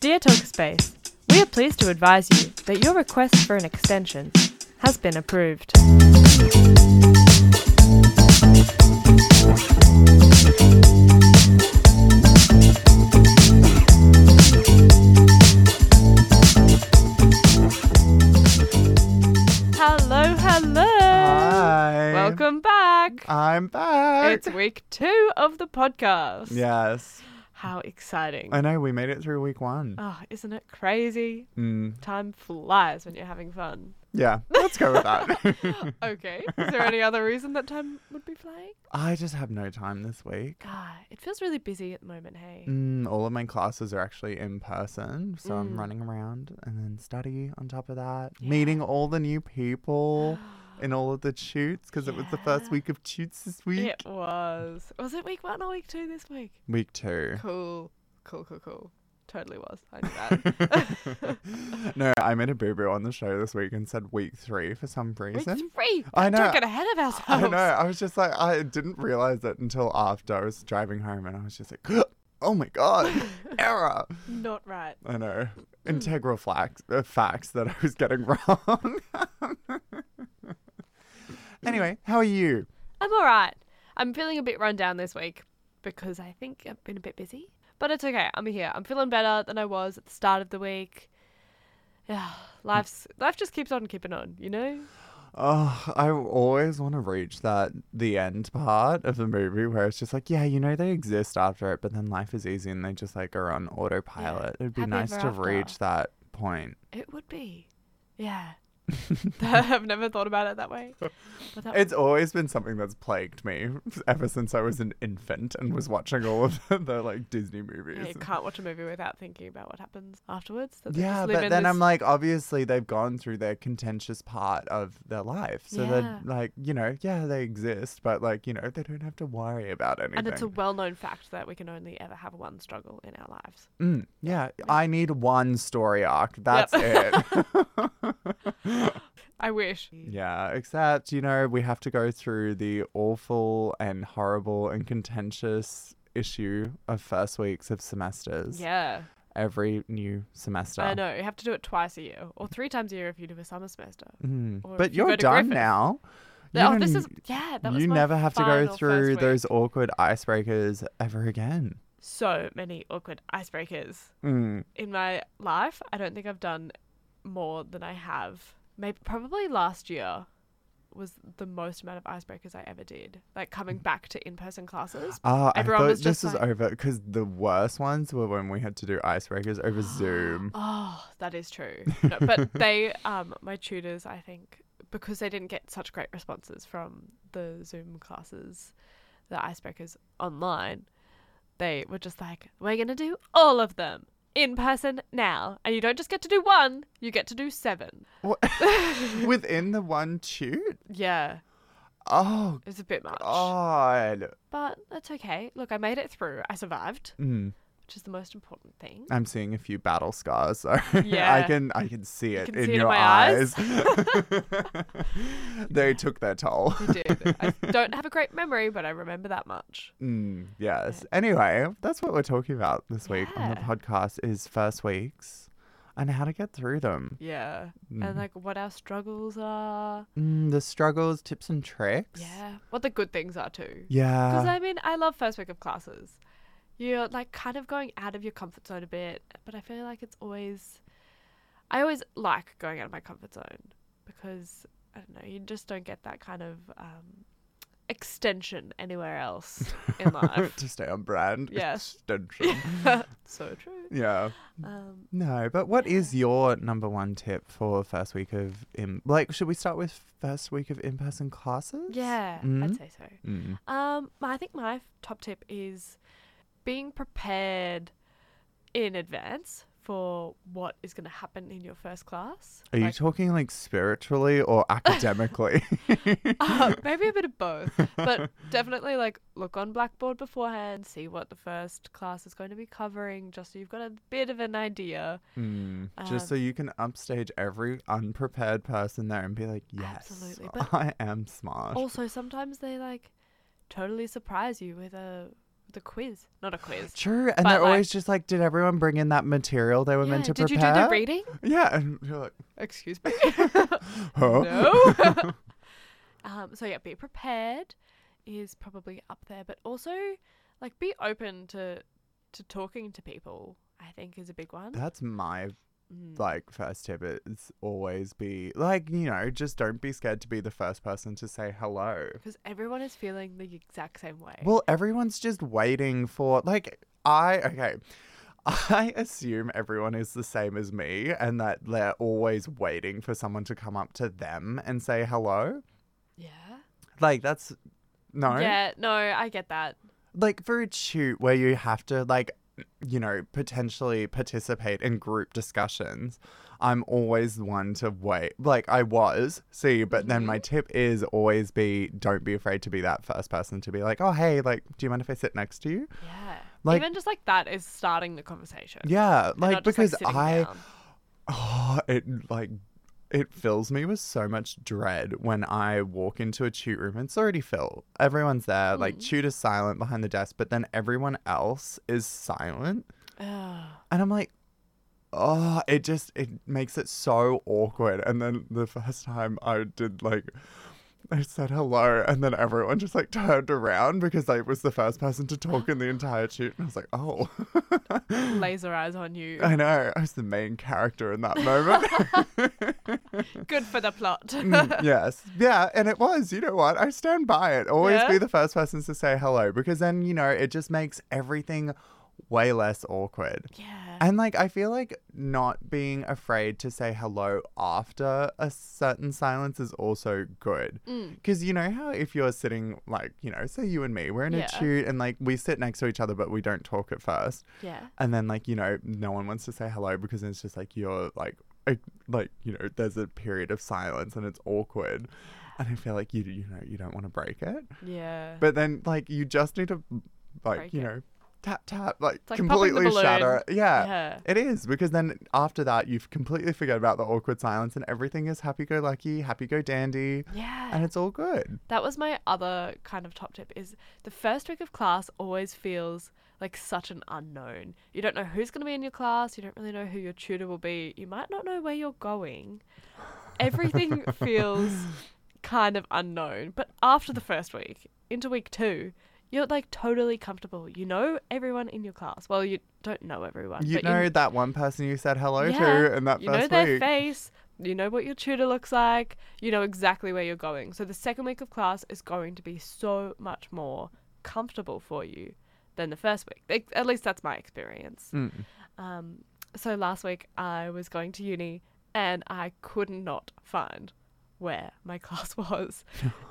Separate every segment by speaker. Speaker 1: Dear Talkspace, we are pleased to advise you that your request for an extension has been approved. Hello, hello.
Speaker 2: Hi.
Speaker 1: Welcome back.
Speaker 2: I'm back.
Speaker 1: It's week two of the podcast.
Speaker 2: yes.
Speaker 1: How exciting.
Speaker 2: I know we made it through week one.
Speaker 1: Oh, isn't it crazy?
Speaker 2: Mm,
Speaker 1: Time flies when you're having fun.
Speaker 2: yeah, let's go with that.
Speaker 1: Okay. Is there any other reason that time would be flying?
Speaker 2: I just have no time this week.
Speaker 1: God, it feels really busy at the moment, hey?
Speaker 2: Mm, all of my classes are actually in person, so
Speaker 1: Mm.
Speaker 2: I'm running around and then study on top of that,
Speaker 1: Yeah.
Speaker 2: meeting all the new people in all of the shoots because it was the first
Speaker 1: Yeah.
Speaker 2: week of shoots this week.
Speaker 1: It was. Was it week one or week two this week?
Speaker 2: Week two.
Speaker 1: Cool. Cool, cool, cool. Totally was. I knew that.
Speaker 2: no, I made a boo boo on the show this week and said week three for some
Speaker 1: week
Speaker 2: reason.
Speaker 1: three.
Speaker 2: I know.
Speaker 1: Don't get ahead of
Speaker 2: I
Speaker 1: ourselves.
Speaker 2: know. I was just like, I didn't realize it until after I was driving home, and I was just like, oh my god, error.
Speaker 1: Not right.
Speaker 2: I know. Integral facts, uh, facts that I was getting wrong. anyway, how are you?
Speaker 1: I'm all right. I'm feeling a bit run down this week because I think I've been a bit busy. But it's okay. I'm here. I'm feeling better than I was at the start of the week. Yeah, life's life just keeps on keeping on, you know.
Speaker 2: Oh, I always want to reach that the end part of the movie where it's just like, yeah, you know, they exist after it, but then life is easy and they just like are on autopilot. It'd be
Speaker 1: Happy
Speaker 2: nice
Speaker 1: ever
Speaker 2: to
Speaker 1: after.
Speaker 2: reach that point.
Speaker 1: It would be, yeah. I've never thought about it that way. But that
Speaker 2: It's always been something that's plagued me ever since I was an infant and was watching all of the, the like Disney
Speaker 1: yeah, you
Speaker 2: movies.
Speaker 1: can't watch a movie without thinking about what happens afterwards. that they
Speaker 2: Yeah,
Speaker 1: just live
Speaker 2: but
Speaker 1: in
Speaker 2: then
Speaker 1: this-
Speaker 2: I'm like, obviously they've gone through their contentious part of their life, so
Speaker 1: Yeah.
Speaker 2: they're like, you know, yeah, they exist, but like, you know, they don't have to worry about anything.
Speaker 1: and it's a well-known fact that we can only ever have one struggle in our lives.
Speaker 2: Mm, yeah, I need one story arc. That's it.
Speaker 1: I wish.
Speaker 2: yeah, except, you know, we have to go through the awful and horrible and contentious issue of first weeks of semesters
Speaker 1: Yeah.
Speaker 2: every new semester.
Speaker 1: I know. You have to do it twice a year or three times a year if you do a summer semester.
Speaker 2: Mm.
Speaker 1: Or
Speaker 2: But
Speaker 1: if you go
Speaker 2: you're
Speaker 1: to
Speaker 2: done
Speaker 1: Griffith.
Speaker 2: now. You
Speaker 1: oh, this
Speaker 2: don't-
Speaker 1: is yeah. That was
Speaker 2: you
Speaker 1: my
Speaker 2: never have to go
Speaker 1: final
Speaker 2: through
Speaker 1: first
Speaker 2: those
Speaker 1: week.
Speaker 2: awkward icebreakers ever again.
Speaker 1: So many awkward icebreakers
Speaker 2: Mm.
Speaker 1: in my life. I don't think I've done more than I have. Maybe probably last year was the most amount of icebreakers I ever did. Like coming back to in-person classes.
Speaker 2: Ah, I
Speaker 1: Everyone
Speaker 2: thought
Speaker 1: was just
Speaker 2: this was
Speaker 1: like-
Speaker 2: over because the worst ones were when we had to do icebreakers over Zoom.
Speaker 1: Oh, that is true. No, but they, um, my tutors, I think, because they didn't get such great responses from the Zoom classes, the icebreakers online, they were just like, we're going to do all of them in person now. And you don't just get to do one, you get to do seven.
Speaker 2: What- Within the one tune?
Speaker 1: Yeah,
Speaker 2: Oh,
Speaker 1: it's a bit much.
Speaker 2: God.
Speaker 1: But that's okay. Look, I made it through. I survived,
Speaker 2: Mm.
Speaker 1: which is the most important thing.
Speaker 2: I'm seeing a few battle scars, so I
Speaker 1: Yeah.
Speaker 2: can I can see it
Speaker 1: can
Speaker 2: in
Speaker 1: see it in
Speaker 2: your
Speaker 1: my eyes.
Speaker 2: eyes. they took their toll.
Speaker 1: I did. I don't have a great memory, but I remember that much.
Speaker 2: Mm, yes. Anyway, that's what we're talking about this week on the
Speaker 1: Yeah.
Speaker 2: podcast is first weeks and how to get through them.
Speaker 1: Yeah.
Speaker 2: Mm.
Speaker 1: and like what our struggles are.
Speaker 2: Mm, the struggles, tips and tricks.
Speaker 1: Yeah, what the good things are too. Because
Speaker 2: Yeah.
Speaker 1: I mean, I love first week of classes. You're like kind of going out of your comfort zone a bit, but I feel like it's always. I always like going out of my comfort zone because I don't know, you just don't get that kind of um, extension anywhere else in life.
Speaker 2: to stay on brand.
Speaker 1: Yeah.
Speaker 2: Extension.
Speaker 1: so true.
Speaker 2: yeah.
Speaker 1: Um,
Speaker 2: No, but what is your number one tip for first week of in like should we start with first week of in person classes?
Speaker 1: yeah, I'd
Speaker 2: Mm.
Speaker 1: say so.
Speaker 2: Mm.
Speaker 1: Um, I think my f- top tip is being prepared in advance for what is going to happen in your first class.
Speaker 2: Are you
Speaker 1: Like,
Speaker 2: talking like spiritually or academically?
Speaker 1: uh, maybe a bit of both, but definitely like look on Blackboard beforehand, see what the first class is going to be covering, just so you've got a bit of an idea.
Speaker 2: Mm, just
Speaker 1: Um,
Speaker 2: so you can upstage every unprepared person there and be like, yes,
Speaker 1: Absolutely, but-
Speaker 2: I am smart.
Speaker 1: Also, sometimes they like totally surprise you with a the quiz, not a quiz.
Speaker 2: True. And
Speaker 1: But,
Speaker 2: they're
Speaker 1: like-
Speaker 2: always just like, did everyone bring in that material they were
Speaker 1: Yeah,
Speaker 2: meant to
Speaker 1: did
Speaker 2: prepare?
Speaker 1: you do the reading?
Speaker 2: Yeah. And you're like,
Speaker 1: Excuse me.
Speaker 2: huh?
Speaker 1: no. um, so yeah, be prepared is probably up there, but also like be open to to talking to people. I think is a big one.
Speaker 2: That's my
Speaker 1: Mm.
Speaker 2: like first tip is always be like, you know, just don't be scared to be the first person to say hello.
Speaker 1: Because everyone is feeling the exact same way.
Speaker 2: Well, everyone's just waiting for like I okay. I assume everyone is the same as me and that they're always waiting for someone to come up to them and say hello.
Speaker 1: yeah.
Speaker 2: Like that's no.
Speaker 1: Yeah. No, I get that.
Speaker 2: Like for a shoot where you have to like you know, potentially participate in group discussions. I'm always one to wait. Like I was, see, but then my tip is always be don't be afraid to be that first person to be like, "Oh, hey, like do you mind if I sit next to you?"
Speaker 1: Yeah.
Speaker 2: Like-
Speaker 1: Even just like that is starting the conversation.
Speaker 2: Yeah,
Speaker 1: And
Speaker 2: like
Speaker 1: not just, like,
Speaker 2: because
Speaker 1: sitting
Speaker 2: I
Speaker 1: down.
Speaker 2: oh, it like it fills me with so much dread when I walk into a tute room and it's already filled. Everyone's there, like
Speaker 1: Mm.
Speaker 2: tutor's silent behind the desk, but then everyone else is silent.
Speaker 1: Ugh.
Speaker 2: And I'm like, oh, it just it makes it so awkward. And then the first time I did like I said hello and then everyone just like turned around because I was the first person to talk in the entire tute and I was like, oh
Speaker 1: laser eyes on you.
Speaker 2: I know. I was the main character in that moment.
Speaker 1: Good for the plot.
Speaker 2: Mm, yes. Yeah. And it was, you know what? I stand by it. Always
Speaker 1: Yeah?
Speaker 2: be the first person to say hello because then, you know, it just makes everything way less awkward.
Speaker 1: yeah.
Speaker 2: And like, I feel like not being afraid to say hello after a certain silence is also good.
Speaker 1: Mm.
Speaker 2: Because you know how if you're sitting, like, you know, say you and me, we're in
Speaker 1: Yeah.
Speaker 2: a tute and like we sit next to each other, but we don't talk at first
Speaker 1: Yeah.
Speaker 2: and then like you know no one wants to say hello because it's just like you're like I- like you know there's a period of silence and it's awkward and i feel like you you know you don't want to break it
Speaker 1: Yeah.
Speaker 2: but then like you just need to like
Speaker 1: Break
Speaker 2: you
Speaker 1: it.
Speaker 2: know tap tap like
Speaker 1: like popping the
Speaker 2: completely
Speaker 1: balloon.
Speaker 2: shatter it. yeah
Speaker 1: yeah.
Speaker 2: it is because then after that you've completely forgot about the awkward silence and everything is happy go lucky happy go dandy
Speaker 1: Yeah.
Speaker 2: and it's all good
Speaker 1: That was my other kind of top tip is the first week of class always feels like such an unknown. You don't know who's going to be in your class, you don't really know who your tutor will be, you might not know where you're going. Everything feels kind of unknown, but after the first week, into week 2, you're like totally comfortable. You know everyone in your class. Well, you don't know everyone,
Speaker 2: you
Speaker 1: but
Speaker 2: know that one person you said hello
Speaker 1: Yeah,
Speaker 2: to in that
Speaker 1: you know
Speaker 2: first
Speaker 1: their
Speaker 2: week
Speaker 1: face you know what your tutor looks like you know exactly where you're going so the second week of class is going to be so much more comfortable for you than the first week Like, at least that's my experience
Speaker 2: Mm.
Speaker 1: um, so last week i was going to uni and i could not find where my class was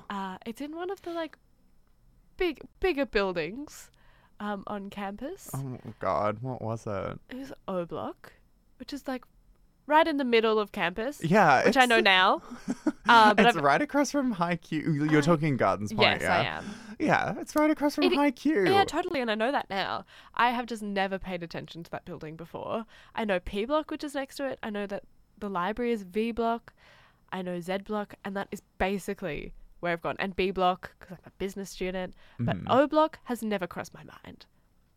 Speaker 1: uh, it's in one of the like big bigger buildings um, on campus
Speaker 2: oh god what was it
Speaker 1: it was O Block, which is like right in the middle of campus,
Speaker 2: Yeah,
Speaker 1: which I know now. Uh,
Speaker 2: Uh,
Speaker 1: but
Speaker 2: it's
Speaker 1: I've-
Speaker 2: right across from High Q. You're
Speaker 1: I-
Speaker 2: talking Gardens
Speaker 1: yes,
Speaker 2: Point, yeah.
Speaker 1: I am.
Speaker 2: Yeah, it's right across from
Speaker 1: It-
Speaker 2: High Q.
Speaker 1: Yeah, totally, and I know that now. I have just never paid attention to that building before. I know P Block, which is next to it. I know that the library is V Block. I know Z Block, and that is basically where I've gone. And B Block, because I'm a business student. But
Speaker 2: Mhm.
Speaker 1: O Block has never crossed my mind.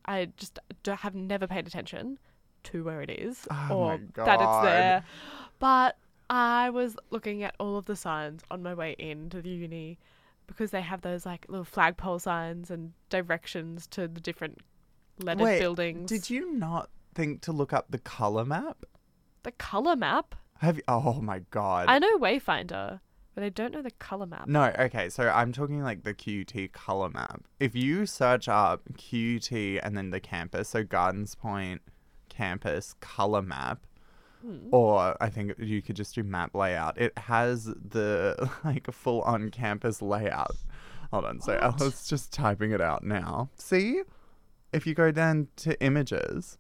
Speaker 1: I just d- have never paid attention to where it is
Speaker 2: Oh
Speaker 1: or
Speaker 2: my
Speaker 1: that it's
Speaker 2: God.
Speaker 1: there. But I was looking at all of the signs on my way into the uni because they have those like little flagpole signs and directions to the different lettered
Speaker 2: Wait,
Speaker 1: buildings.
Speaker 2: Did you not think to look up the color map?
Speaker 1: the color map?
Speaker 2: Have you? Oh my god.
Speaker 1: I Mm. know Wayfinder, but I don't know the color map.
Speaker 2: no, okay, so I'm talking like the QT color map. If you search up QT and then the campus, so Gardens Point campus color map,
Speaker 1: Hmm.
Speaker 2: or I think you could just do map layout. It has the like full on campus layout. Hold on, so I
Speaker 1: What?
Speaker 2: was just typing it out now. See, if you go down to images,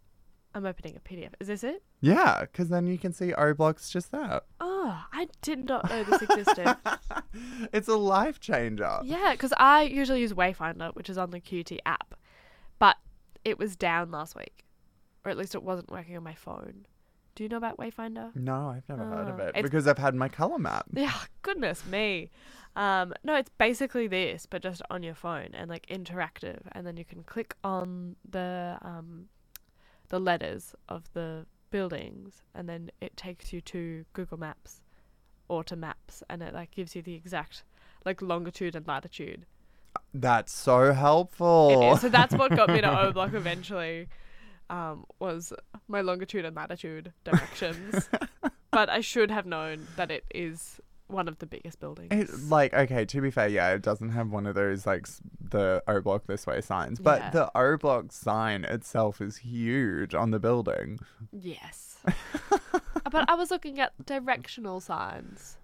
Speaker 1: I'm opening a PDF. Is this it?
Speaker 2: yeah, because then you can see O blocks just that.
Speaker 1: Oh, I did not know this existed.
Speaker 2: it's a life changer.
Speaker 1: yeah, because I usually use Wayfinder, which is on the QT app, but it was down last week, or at least it wasn't working on my phone. Do you know about Wayfinder?
Speaker 2: No, I've never heard of
Speaker 1: Ah,
Speaker 2: it
Speaker 1: it's-
Speaker 2: because I've had my color map.
Speaker 1: Yeah, goodness me. Um, no, it's basically this, but just on your phone and like interactive, and then you can click on the um, the letters of the buildings, and then it takes you to Google Maps or to Maps, and it like gives you the exact like longitude and latitude.
Speaker 2: That's so
Speaker 1: It
Speaker 2: helpful.
Speaker 1: is. So that's what got me to O Block eventually. Um, was my longitude and latitude directions, but I should have known that it is one of the biggest buildings.
Speaker 2: It, like okay, to be fair, yeah, it doesn't have one of those like s- the O block this way signs, but
Speaker 1: Yeah.
Speaker 2: the O block sign itself is huge on the building.
Speaker 1: Yes. Uh, but I was looking at directional signs.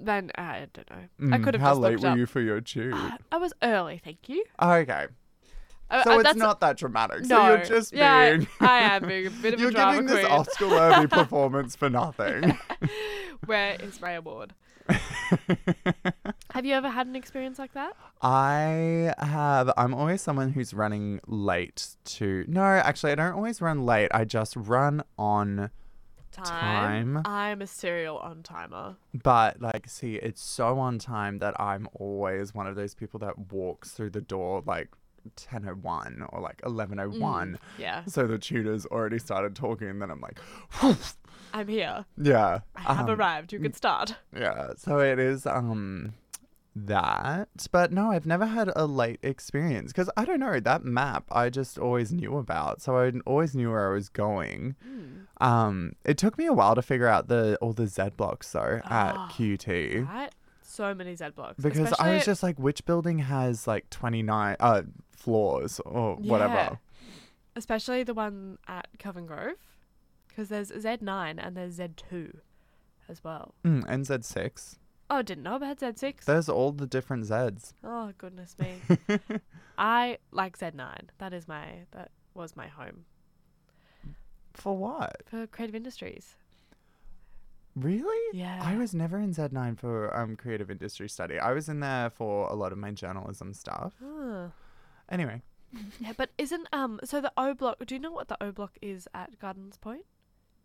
Speaker 1: Then uh, I don't know. I
Speaker 2: Mm,
Speaker 1: could have
Speaker 2: How
Speaker 1: just
Speaker 2: late
Speaker 1: looked
Speaker 2: were
Speaker 1: up.
Speaker 2: you for your tube? Oh,
Speaker 1: Ah, I was early, thank you.
Speaker 2: okay,
Speaker 1: I- I-
Speaker 2: so it's
Speaker 1: Uh, that's-
Speaker 2: not that dramatic.
Speaker 1: No,
Speaker 2: So you're just
Speaker 1: yeah,
Speaker 2: being.
Speaker 1: I am being a bit of
Speaker 2: You're
Speaker 1: a drama
Speaker 2: giving
Speaker 1: queen.
Speaker 2: this Oscar worthy performance for nothing.
Speaker 1: Where is my award? Have you ever had an experience like that?
Speaker 2: I have. I'm always someone who's running late to. No, actually, I don't always run late. I just run on.
Speaker 1: Time.
Speaker 2: Time.
Speaker 1: I'm a serial on timer.
Speaker 2: But, like, see, it's so on time that I'm always one of those people that walks through the door like 10.01 or like 11.01.
Speaker 1: Yeah,
Speaker 2: So the tutor's already started talking, and then I'm like,
Speaker 1: I'm here.
Speaker 2: yeah.
Speaker 1: I have
Speaker 2: um,
Speaker 1: arrived. You can start.
Speaker 2: Yeah, so it is um that. But no, I've never had a late experience because I don't know that map. I just always knew about, so I always knew where I was going. Um, it took me a while to figure out the all the Z blocks though at
Speaker 1: Ah,
Speaker 2: QT.
Speaker 1: Right? So many Z blocks.
Speaker 2: Because I
Speaker 1: Especially-
Speaker 2: was just like, which building has like twenty nine uh floors or
Speaker 1: Yeah.
Speaker 2: whatever?
Speaker 1: especially the one at Covent Grove, because there's Z9 and there's Z2 as well.
Speaker 2: Mm, and Z six.
Speaker 1: Oh, didn't know about Z6.
Speaker 2: There's all the different Zs.
Speaker 1: oh, goodness me. I like Z9. That is my that was my home
Speaker 2: For what?
Speaker 1: for creative industries.
Speaker 2: Really?
Speaker 1: Yeah.
Speaker 2: I was never in Z9 for um, creative industry study. I was in there for a lot of my journalism stuff.
Speaker 1: Huh.
Speaker 2: Anyway,
Speaker 1: Yeah, but isn't um so the O block? Do you know what the O block is at Gardens Point?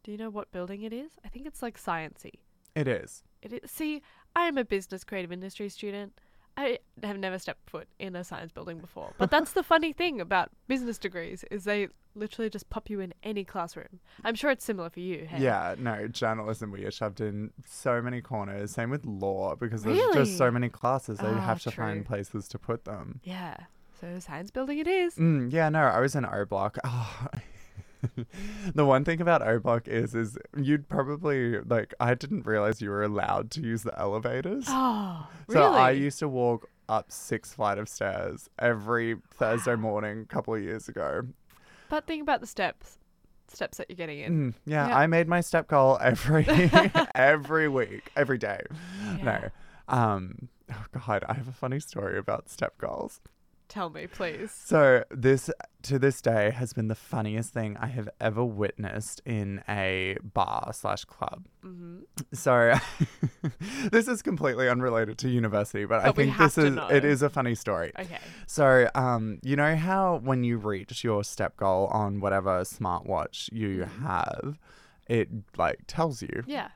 Speaker 1: Do you know what building it is? I think it's like sciency.
Speaker 2: it is.
Speaker 1: It is. See, I am a business creative industry student. I have never stepped foot in a science building before. But that's the funny thing about business degrees is they literally just pop you in any classroom. I'm sure it's similar for you. Hey?
Speaker 2: Yeah, no, journalism, we are shoved in so many corners. Same with law, because there's
Speaker 1: Really?
Speaker 2: just so many classes. They
Speaker 1: Ah,
Speaker 2: have to find
Speaker 1: true.
Speaker 2: places to put them.
Speaker 1: Yeah. So science building it is.
Speaker 2: Mm, yeah, no, I was in O Block. Oh. the one thing about O Block is, is you'd probably, like, I didn't realize you were allowed to use the elevators.
Speaker 1: Oh,
Speaker 2: So
Speaker 1: really?
Speaker 2: I used to walk up six flight of stairs every Thursday morning a couple of years ago.
Speaker 1: but think about the steps, steps that you're getting in.
Speaker 2: Mm, yeah,
Speaker 1: Yeah.
Speaker 2: I made my step goal every every week, every day.
Speaker 1: Yeah.
Speaker 2: Mm, No. Um oh god, I have a funny story about step goals.
Speaker 1: Tell me, please.
Speaker 2: So this to this day has been the funniest thing I have ever witnessed in a bar slash club.
Speaker 1: hmm
Speaker 2: So this is completely unrelated to university, but, I
Speaker 1: But we
Speaker 2: think
Speaker 1: have
Speaker 2: this
Speaker 1: to
Speaker 2: is
Speaker 1: know.
Speaker 2: it is a funny story.
Speaker 1: Okay.
Speaker 2: So, um, you know how when you reach your step goal on whatever smartwatch you have, it like tells you.
Speaker 1: Mm-hmm. Yeah.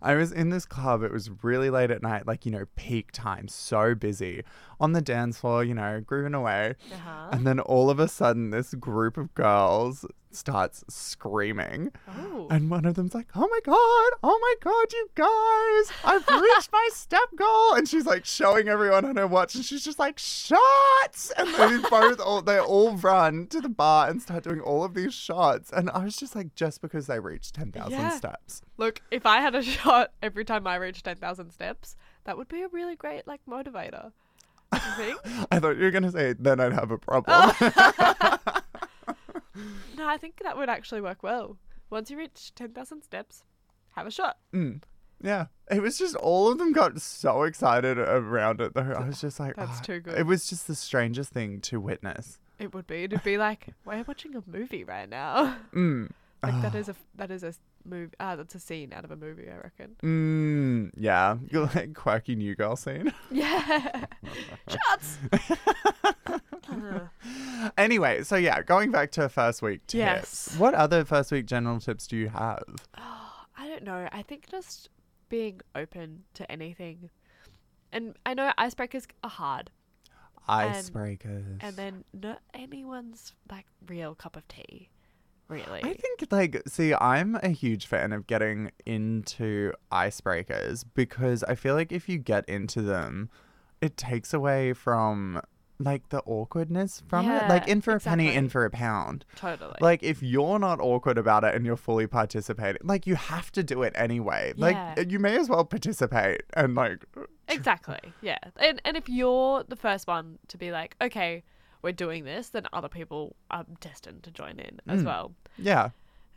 Speaker 2: I was in this club, it was really late at night, like, you know, peak time, so busy on the dance floor, you know, grooving away.
Speaker 1: Uh huh.
Speaker 2: And then all of a sudden, this group of girls starts screaming.
Speaker 1: Oh.
Speaker 2: And one of them's like, "Oh my god! Oh my god, you guys! I've reached my step goal!" And she's like showing everyone on her watch, and she's just like, "Shots!" And they both all they all run to the bar and start doing all of these shots. And I was just like, just because they reached ten thousand
Speaker 1: Yeah.
Speaker 2: steps,
Speaker 1: Look, if I had a shot every time I reached 10,000 steps, that would be a really great, like, motivator. I think.
Speaker 2: I thought you were gonna say, "Then I'd have a problem."
Speaker 1: Oh. no, I think that would actually work well. Once you reach 10,000 steps, have a shot.
Speaker 2: Mm. Yeah, it was just all of them got so excited around it. Though I was just like,
Speaker 1: That's
Speaker 2: "Oh."
Speaker 1: too good.
Speaker 2: It was just the strangest thing to witness.
Speaker 1: It would be. It'd be like, we're watching a movie right now.
Speaker 2: Mm.
Speaker 1: like,
Speaker 2: Ah.
Speaker 1: that is a, that is a movie. Ah, that's a scene out of a movie, I reckon.
Speaker 2: Mm, yeah, you're like quirky new girl scene.
Speaker 1: Yeah. Shots!
Speaker 2: anyway, so yeah, going back to first week tips.
Speaker 1: Yes.
Speaker 2: What other first week general tips do you have?
Speaker 1: Oh, I don't know. I think just being open to anything. And I know icebreakers are hard,
Speaker 2: Icebreakers.
Speaker 1: and then not anyone's like real cup of tea, really.
Speaker 2: I think like see I'm a huge fan of getting into icebreakers because I feel like if you get into them it takes away from like the awkwardness from it like
Speaker 1: Yeah,
Speaker 2: in for a penny in
Speaker 1: exactly.
Speaker 2: for a pound
Speaker 1: totally.
Speaker 2: like if you're not awkward about it and you're fully participating like you have to do it anyway
Speaker 1: Yeah.
Speaker 2: like you may as well participate and like
Speaker 1: exactly. Yeah. And and if you're the first one to be like, okay, we're doing this, then other people are destined to join in as
Speaker 2: Mm.
Speaker 1: well
Speaker 2: yeah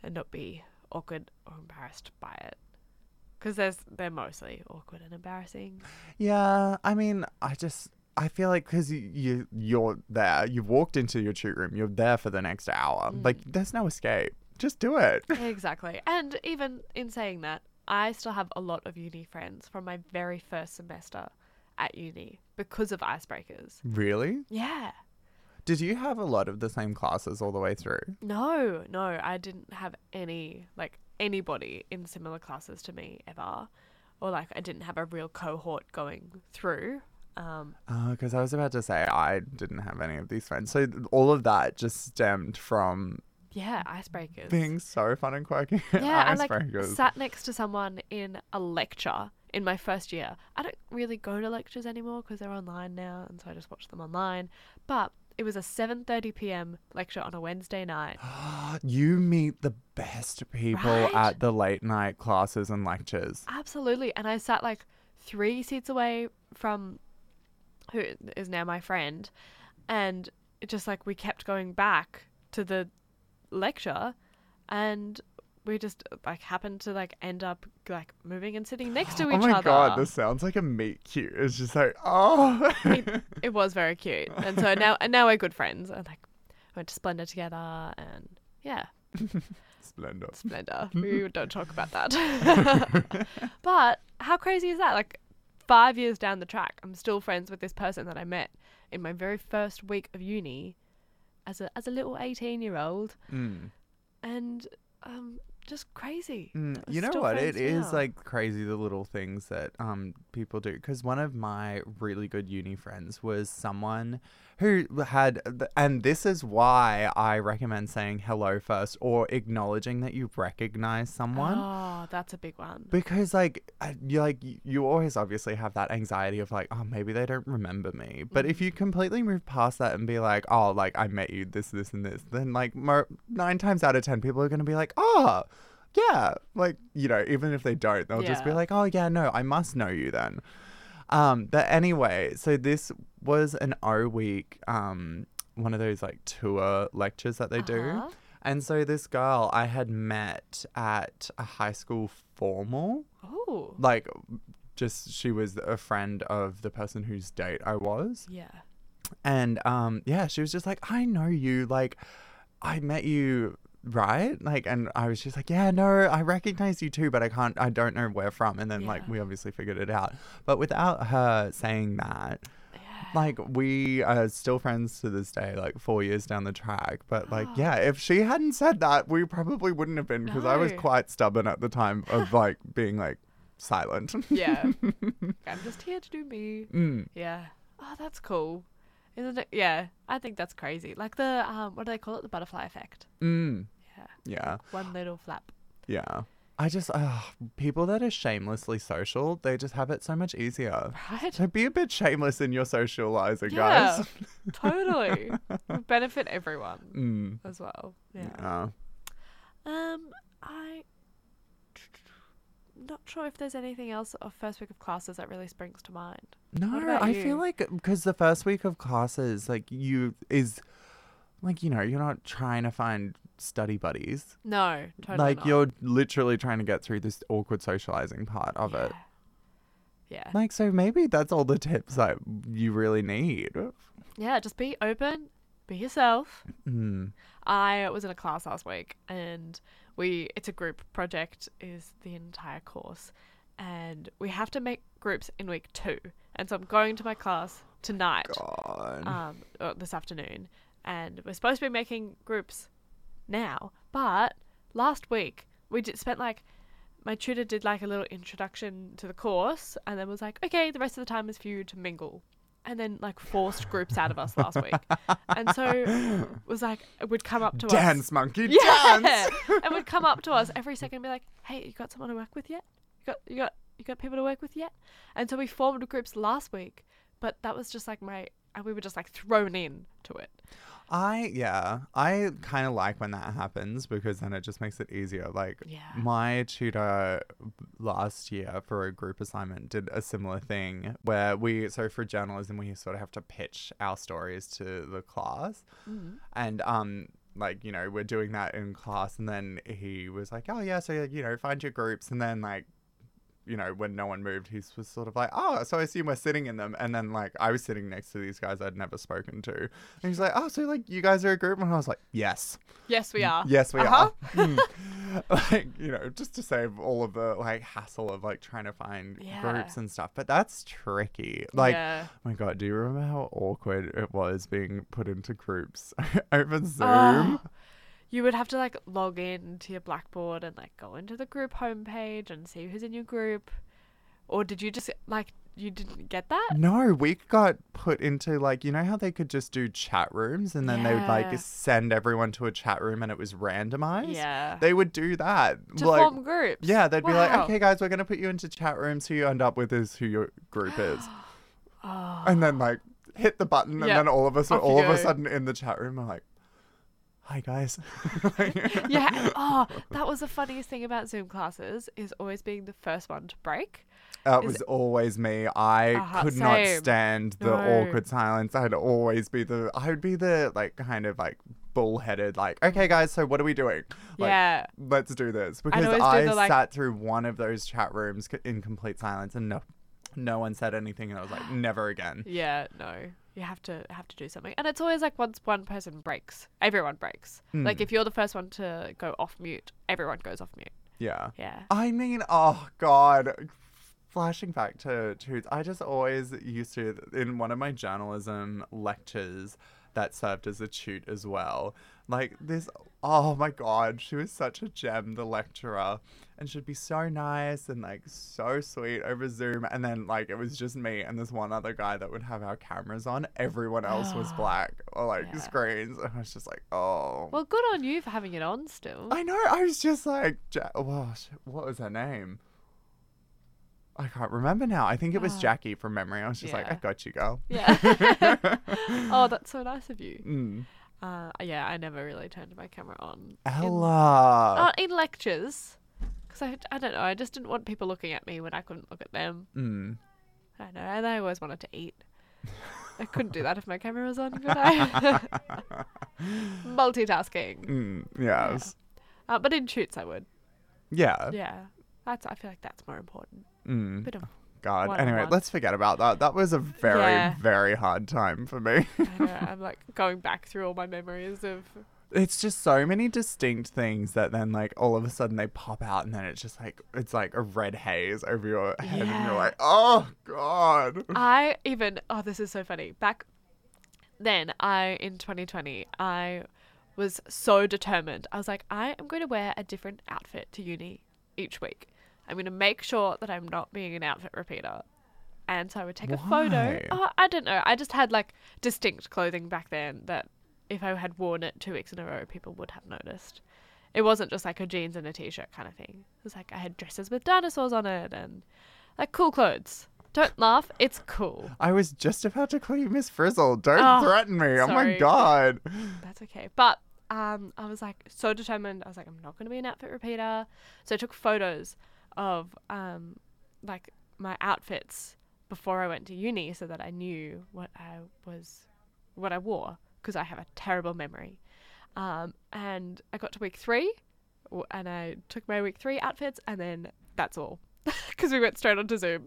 Speaker 1: and not be awkward or embarrassed by it. Because there's they're mostly awkward and embarrassing.
Speaker 2: Yeah, I mean, I just I feel like because you, you you're there, you've walked into your shoot room, you're there for the next hour.
Speaker 1: Mm.
Speaker 2: Like, there's no escape. Just do it.
Speaker 1: Exactly. And even in saying that, I still have a lot of uni friends from my very first semester at uni because of icebreakers.
Speaker 2: Really?
Speaker 1: Yeah.
Speaker 2: Did you have a lot of the same classes all the way through?
Speaker 1: No, no, I didn't have any, like, anybody in similar classes to me ever. Or, like, I didn't have a real cohort going through. Um,
Speaker 2: Because Uh, I was about to say I didn't have any of these friends. So th- all of that just stemmed from
Speaker 1: yeah, icebreakers.
Speaker 2: being so fun and quirky. at
Speaker 1: Yeah, I like
Speaker 2: icebreakers.
Speaker 1: sat next to someone in a lecture in my first year. I don't really go to lectures anymore because they're online now, and so I just watch them online. But it was a 7:30 p.m. lecture on a Wednesday night.
Speaker 2: Ah, you meet the best people
Speaker 1: Right?
Speaker 2: at the late night classes and lectures.
Speaker 1: Absolutely, and I sat like three seats away from who is now my friend, and it just like we kept going back to the lecture, and. We just like happened to like end up like moving and sitting next to each
Speaker 2: oh my
Speaker 1: other.
Speaker 2: god, this sounds like a meet cute. It's just like, oh.
Speaker 1: it, it was very cute. And so now and now we're good friends. And like went to Splendor together and yeah,
Speaker 2: Splendor.
Speaker 1: Splendor. we don't talk about that. but how crazy is that? Like five years down the track, I'm still friends with this person that I met in my very first week of uni as a as a little eighteen year old
Speaker 2: Mm.
Speaker 1: and um just crazy.
Speaker 2: Mm,
Speaker 1: We're
Speaker 2: You know
Speaker 1: still
Speaker 2: what?
Speaker 1: friends
Speaker 2: It is
Speaker 1: now.
Speaker 2: like crazy the little things that um people do. Because one of my really good uni friends was someone who had, th- and this is why I recommend saying hello first or acknowledging that you recognize someone.
Speaker 1: Oh, that's a big one.
Speaker 2: because like uh, you like y- you always obviously have that anxiety of like oh maybe they don't remember me but if
Speaker 1: Mm-hmm.
Speaker 2: you completely move past that and be like oh like i met you this this and this then like mo- nine times out of ten people are going to be like oh yeah like you know even if they don't they'll just be
Speaker 1: Yeah.
Speaker 2: like oh yeah no i must know you then um but anyway so this was an o week um one of those like tour lectures that they do
Speaker 1: Uh-huh.
Speaker 2: and so this girl I had met at a high school formal,
Speaker 1: Oh.
Speaker 2: like just she was a friend of the person whose date I was.
Speaker 1: Yeah.
Speaker 2: And um yeah, she was just like, "I know you. Like I met you, right?" Like and I was just like, "Yeah, no, I recognize you too, but I can't I don't know where from." And then like
Speaker 1: Yeah.
Speaker 2: we obviously figured it out. But without her saying that,
Speaker 1: Yeah.
Speaker 2: like we are still friends to this day like four years down the track but like
Speaker 1: Oh.
Speaker 2: yeah if she hadn't said that we probably wouldn't have been because i was
Speaker 1: No.
Speaker 2: quite stubborn at the time of like being like silent
Speaker 1: Yeah. I'm just here to do me.
Speaker 2: mm.
Speaker 1: Yeah. Oh, that's cool. Isn't it? Yeah. I think that's crazy. Like the um, what do they call it? The butterfly effect.
Speaker 2: Mm.
Speaker 1: Yeah.
Speaker 2: yeah
Speaker 1: One little flap.
Speaker 2: yeah i just uh, people that are shamelessly social they just have it so much easier
Speaker 1: Right.
Speaker 2: so be a bit shameless in your socializing
Speaker 1: Yeah.
Speaker 2: guys
Speaker 1: totally. Would benefit everyone
Speaker 2: mm.
Speaker 1: as well. Yeah.
Speaker 2: yeah
Speaker 1: Um, I. Not sure if there's anything else of first week of classes that really springs to mind. What
Speaker 2: No,
Speaker 1: about
Speaker 2: I
Speaker 1: you?
Speaker 2: feel like because the first week of classes, like you is, like you know, you're not trying to find study buddies.
Speaker 1: No, totally.
Speaker 2: like
Speaker 1: not.
Speaker 2: you're literally trying to get through this awkward socializing part of it.
Speaker 1: Yeah. yeah.
Speaker 2: Like so, maybe that's all the tips that you really need.
Speaker 1: Yeah. Just be open. Be yourself.
Speaker 2: Mm.
Speaker 1: I was in a class last week and we it's a group project is the entire course and we have to make groups in week 2 And so I'm going to my class tonight,
Speaker 2: God.
Speaker 1: um, or this afternoon, and we're supposed to be making groups now. But last week we did, spent like my tutor did like a little introduction to the course, and then was like, okay, the rest of the time is for you to mingle, and then like forced groups out of us last week, and so was like it would come up to us.
Speaker 2: dance, monkey,
Speaker 1: Yeah,
Speaker 2: dance.
Speaker 1: and would come up to us every second and be like, "Hey, you got someone to work with yet? You got you got you got people to work with yet?" And so we formed groups last week, but that was just like my and we were just like thrown in to it.
Speaker 2: I yeah, I kind of like when that happens because then it just makes it easier. Like
Speaker 1: Yeah.
Speaker 2: my tutor last year for a group assignment did a similar thing where we so for journalism we sort of have to pitch our stories to the class,
Speaker 1: Mm.
Speaker 2: and um like you know we're doing that in class and then he was like oh yeah so you know find your groups and then like you know when no one moved he was sort of like oh so i assume we're sitting in them and then like i was sitting next to these guys i'd never spoken to and he's like oh so like you guys are a group and i was like yes
Speaker 1: Yes, we are.
Speaker 2: yes we
Speaker 1: Uh-huh.
Speaker 2: are Mm. like you know just to save all of the like hassle of like trying to find
Speaker 1: Yeah.
Speaker 2: groups and stuff but that's tricky like
Speaker 1: Yeah.
Speaker 2: Oh my god, do you remember how awkward it was being put into groups over
Speaker 1: Oh.
Speaker 2: Zoom?
Speaker 1: you would have to like log in to your Blackboard and like go into the group homepage and see who's in your group, or did you just like you didn't get that?
Speaker 2: No, we got put into like you know how they could just do chat rooms and then they would
Speaker 1: Yeah.
Speaker 2: like send everyone to a chat room and it was randomized.
Speaker 1: Yeah.
Speaker 2: They would do that.
Speaker 1: to
Speaker 2: like
Speaker 1: form groups.
Speaker 2: yeah, they'd be like,
Speaker 1: Wow.
Speaker 2: "Okay, guys, we're gonna put you into chat rooms. Who you end up with is who your group is."
Speaker 1: Ah.
Speaker 2: And then like hit the button, and
Speaker 1: Yeah.
Speaker 2: then all of us are
Speaker 1: Off you
Speaker 2: all of
Speaker 1: go.
Speaker 2: a sudden in the chat room. are like, "Hi, guys."
Speaker 1: yeah. and- Oh, that was the funniest thing about Zoom classes is always being the first one to break.
Speaker 2: That
Speaker 1: Is-
Speaker 2: was always me. I
Speaker 1: Uh-huh,
Speaker 2: could not
Speaker 1: same.
Speaker 2: stand the
Speaker 1: No.
Speaker 2: awkward silence. I'd always be the I would be the like kind of like bullheaded like, okay guys, so what are we doing? Like
Speaker 1: yeah.
Speaker 2: let's do this because
Speaker 1: always do
Speaker 2: I
Speaker 1: the, like-
Speaker 2: sat through one of those chat rooms c- in complete silence and no no one said anything and I was like never again.
Speaker 1: Yeah, no. You have to have to do something. And it's always like once one person breaks, everyone breaks. Like if you're the first one to go off mute, everyone goes off mute.
Speaker 2: Yeah.
Speaker 1: Yeah.
Speaker 2: I mean, oh god. Flashing back to toots, I just always used to in one of my journalism lectures that served as a toot as well. Like this oh my god, she was such a gem, the lecturer. And she'd be so nice and like so sweet over Zoom. And then like it was just me and this one other guy that would have our cameras on. Everyone else was
Speaker 1: Ah,
Speaker 2: black or like
Speaker 1: yeah.
Speaker 2: screens. And I was just like, oh.
Speaker 1: Well, good on you for having it on still.
Speaker 2: I know. I was just like, ja- oh, sh- what was her name? I can't remember now. I think it was
Speaker 1: Oh.
Speaker 2: Jackie from memory. I was just like, I
Speaker 1: Yeah.
Speaker 2: got you, girl.
Speaker 1: yeah. oh, that's so nice of you.
Speaker 2: Mm.
Speaker 1: Uh, yeah, I never really turned my camera on.
Speaker 2: Ella.
Speaker 1: Uh, in lectures. Because I, I don't know, I just didn't want people looking at me when I couldn't look at them.
Speaker 2: Mm.
Speaker 1: I don't know, and I always wanted to eat. I couldn't do that if my camera was on, could I? Multitasking.
Speaker 2: Mm. Yes.
Speaker 1: Uh, but in shoots, I would.
Speaker 2: Yeah.
Speaker 1: Yeah, that's. I feel like that's more important.
Speaker 2: Mm.
Speaker 1: Bit of.
Speaker 2: God.
Speaker 1: one on
Speaker 2: anyway,
Speaker 1: one.
Speaker 2: let's forget about that. That was a very,
Speaker 1: Yeah.
Speaker 2: very hard time for me.
Speaker 1: I don't know, I'm like going back through all my memories of.
Speaker 2: it's just so many distinct things that then, like, all of a sudden they pop out, and then it's just like, it's like a red haze over your head, and
Speaker 1: Yeah.
Speaker 2: you're like, oh, God.
Speaker 1: I even. Oh, this is so funny. Back then, I in 2020, I was so determined. I was like, I am going to wear a different outfit to uni each week. I'm going to make sure that I'm not being an outfit repeater. And so I would take a photo.
Speaker 2: Why?
Speaker 1: Oh, I don't know. I just had like distinct clothing back then that if I had worn it two weeks in a row, people would have noticed. It wasn't just like a jeans and a t shirt kind of thing. It was like I had dresses with dinosaurs on it and like cool clothes. Don't laugh, it's cool.
Speaker 2: I was just about to call you Miss Frizzle. Don't
Speaker 1: Oh,
Speaker 2: threaten me. Oh my
Speaker 1: sorry.
Speaker 2: god.
Speaker 1: That's okay. But um, I was like so determined. I was like, I'm not going to be an outfit repeater. So I took photos of um, like my outfits before I went to uni, so that I knew what I was, what I wore, because I have a terrible memory. Um, and I got to week three, w- and I took my week three outfits, and then that's all, because we went straight onto Zoom.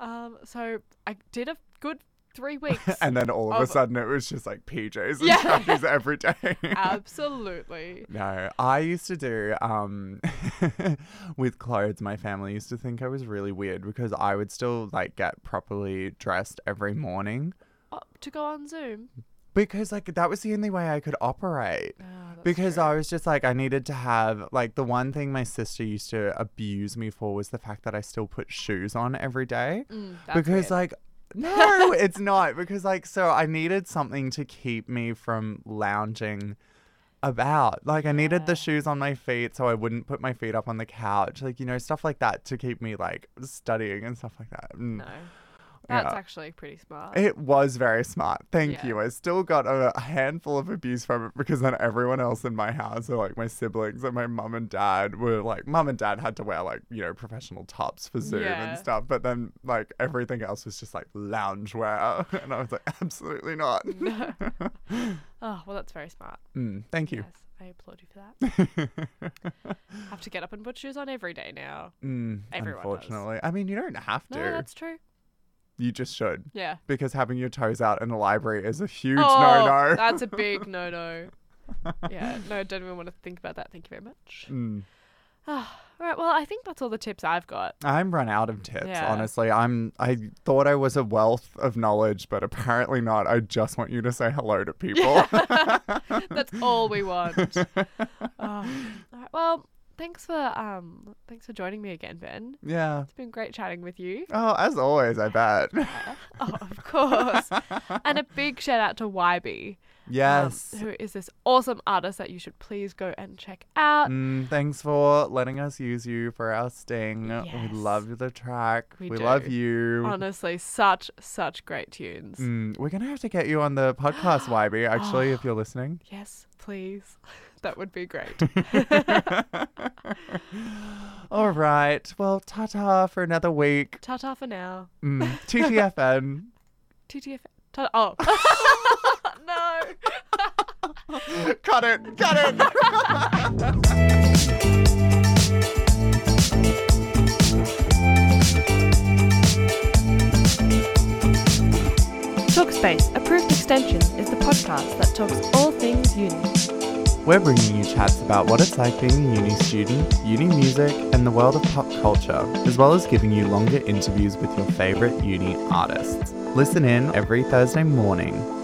Speaker 1: um, so I did a good three weeks.
Speaker 2: And then all of
Speaker 1: Of-
Speaker 2: a sudden it was just like PJs and
Speaker 1: Oh. Yeah.
Speaker 2: trackies every day.
Speaker 1: Absolutely.
Speaker 2: No, I used to do um with clothes. My family used to think I was really weird because I would still like get properly dressed every morning
Speaker 1: Oh, to go on Zoom.
Speaker 2: because like that was the only way I could operate.
Speaker 1: Oh, that's
Speaker 2: Because
Speaker 1: true.
Speaker 2: I was just like I needed to have like the one thing my sister used to abuse me for was the fact that I still put shoes on every day
Speaker 1: Mm, that's weird.
Speaker 2: because like no it's not because like so i needed something to keep me from lounging about like i needed the
Speaker 1: Yeah.
Speaker 2: shoes on my feet so i wouldn't put my feet up on the couch like you know stuff like that to keep me like studying and stuff like that Mm.
Speaker 1: no, that's
Speaker 2: Yeah. Eh.
Speaker 1: actually pretty smart.
Speaker 2: it was very smart thank
Speaker 1: Yeah.
Speaker 2: you i still got a handful of abuse from it because then everyone else in my house so like my siblings and my mum and dad were like mum and dad had to wear like you know professional tops for zoom
Speaker 1: Yeah.
Speaker 2: and stuff but then like everything else was just like lounge wear and i was like absolutely not
Speaker 1: No. oh well, that's very smart.
Speaker 2: mm, thank you
Speaker 1: Yes, I applaud you for that. Have to get up and put shoes on every day now.
Speaker 2: Mm,
Speaker 1: Everyone does.
Speaker 2: unfortunately i mean you don't have
Speaker 1: No,
Speaker 2: to
Speaker 1: that's true.
Speaker 2: you just should
Speaker 1: Yeah.
Speaker 2: because having your toes out in the library is a huge
Speaker 1: oh,
Speaker 2: no-no
Speaker 1: that's a big no no. yeah, no, don't even want to think about that. Thank you very much.
Speaker 2: Mm.
Speaker 1: Ah, all right, well, I think that's all the tips I've got.
Speaker 2: I'm run out of tips,
Speaker 1: Yeah.
Speaker 2: honestly. I'm I thought I was a wealth of knowledge, but apparently not. I just want you to say hello to people.
Speaker 1: That's all we want. Oh, all right, well, thanks for um, thanks for joining me again, Ben.
Speaker 2: yeah.
Speaker 1: It's been great chatting with you.
Speaker 2: Oh, as always, I bet.
Speaker 1: Oh, of course. and a big shout out to YB, um,
Speaker 2: yes.
Speaker 1: who is this awesome artist that you should please go and check out.
Speaker 2: Mm, thanks for letting us use you for our sting.
Speaker 1: Yes.
Speaker 2: We love the track.
Speaker 1: We
Speaker 2: We,
Speaker 1: do.
Speaker 2: love you.
Speaker 1: Honestly, such such great tunes.
Speaker 2: Mm, we're gonna have to get you on the podcast, YB. Actually, if you're listening.
Speaker 1: Yes, please. That would be great.
Speaker 2: All right. Well, ta-ta for another week.
Speaker 1: Ta ta for now.
Speaker 2: Mm, TTFN.
Speaker 1: TTF. Ta- oh. no.
Speaker 2: Cut it. Cut it.
Speaker 1: Talkspace Approved Extension is the podcast that talks all things uni.
Speaker 2: We're bringing you chats about what it's like being a uni student, uni music, and the world of pop culture, as well as giving you longer interviews with your favorite uni artists. Listen in every Thursday morning.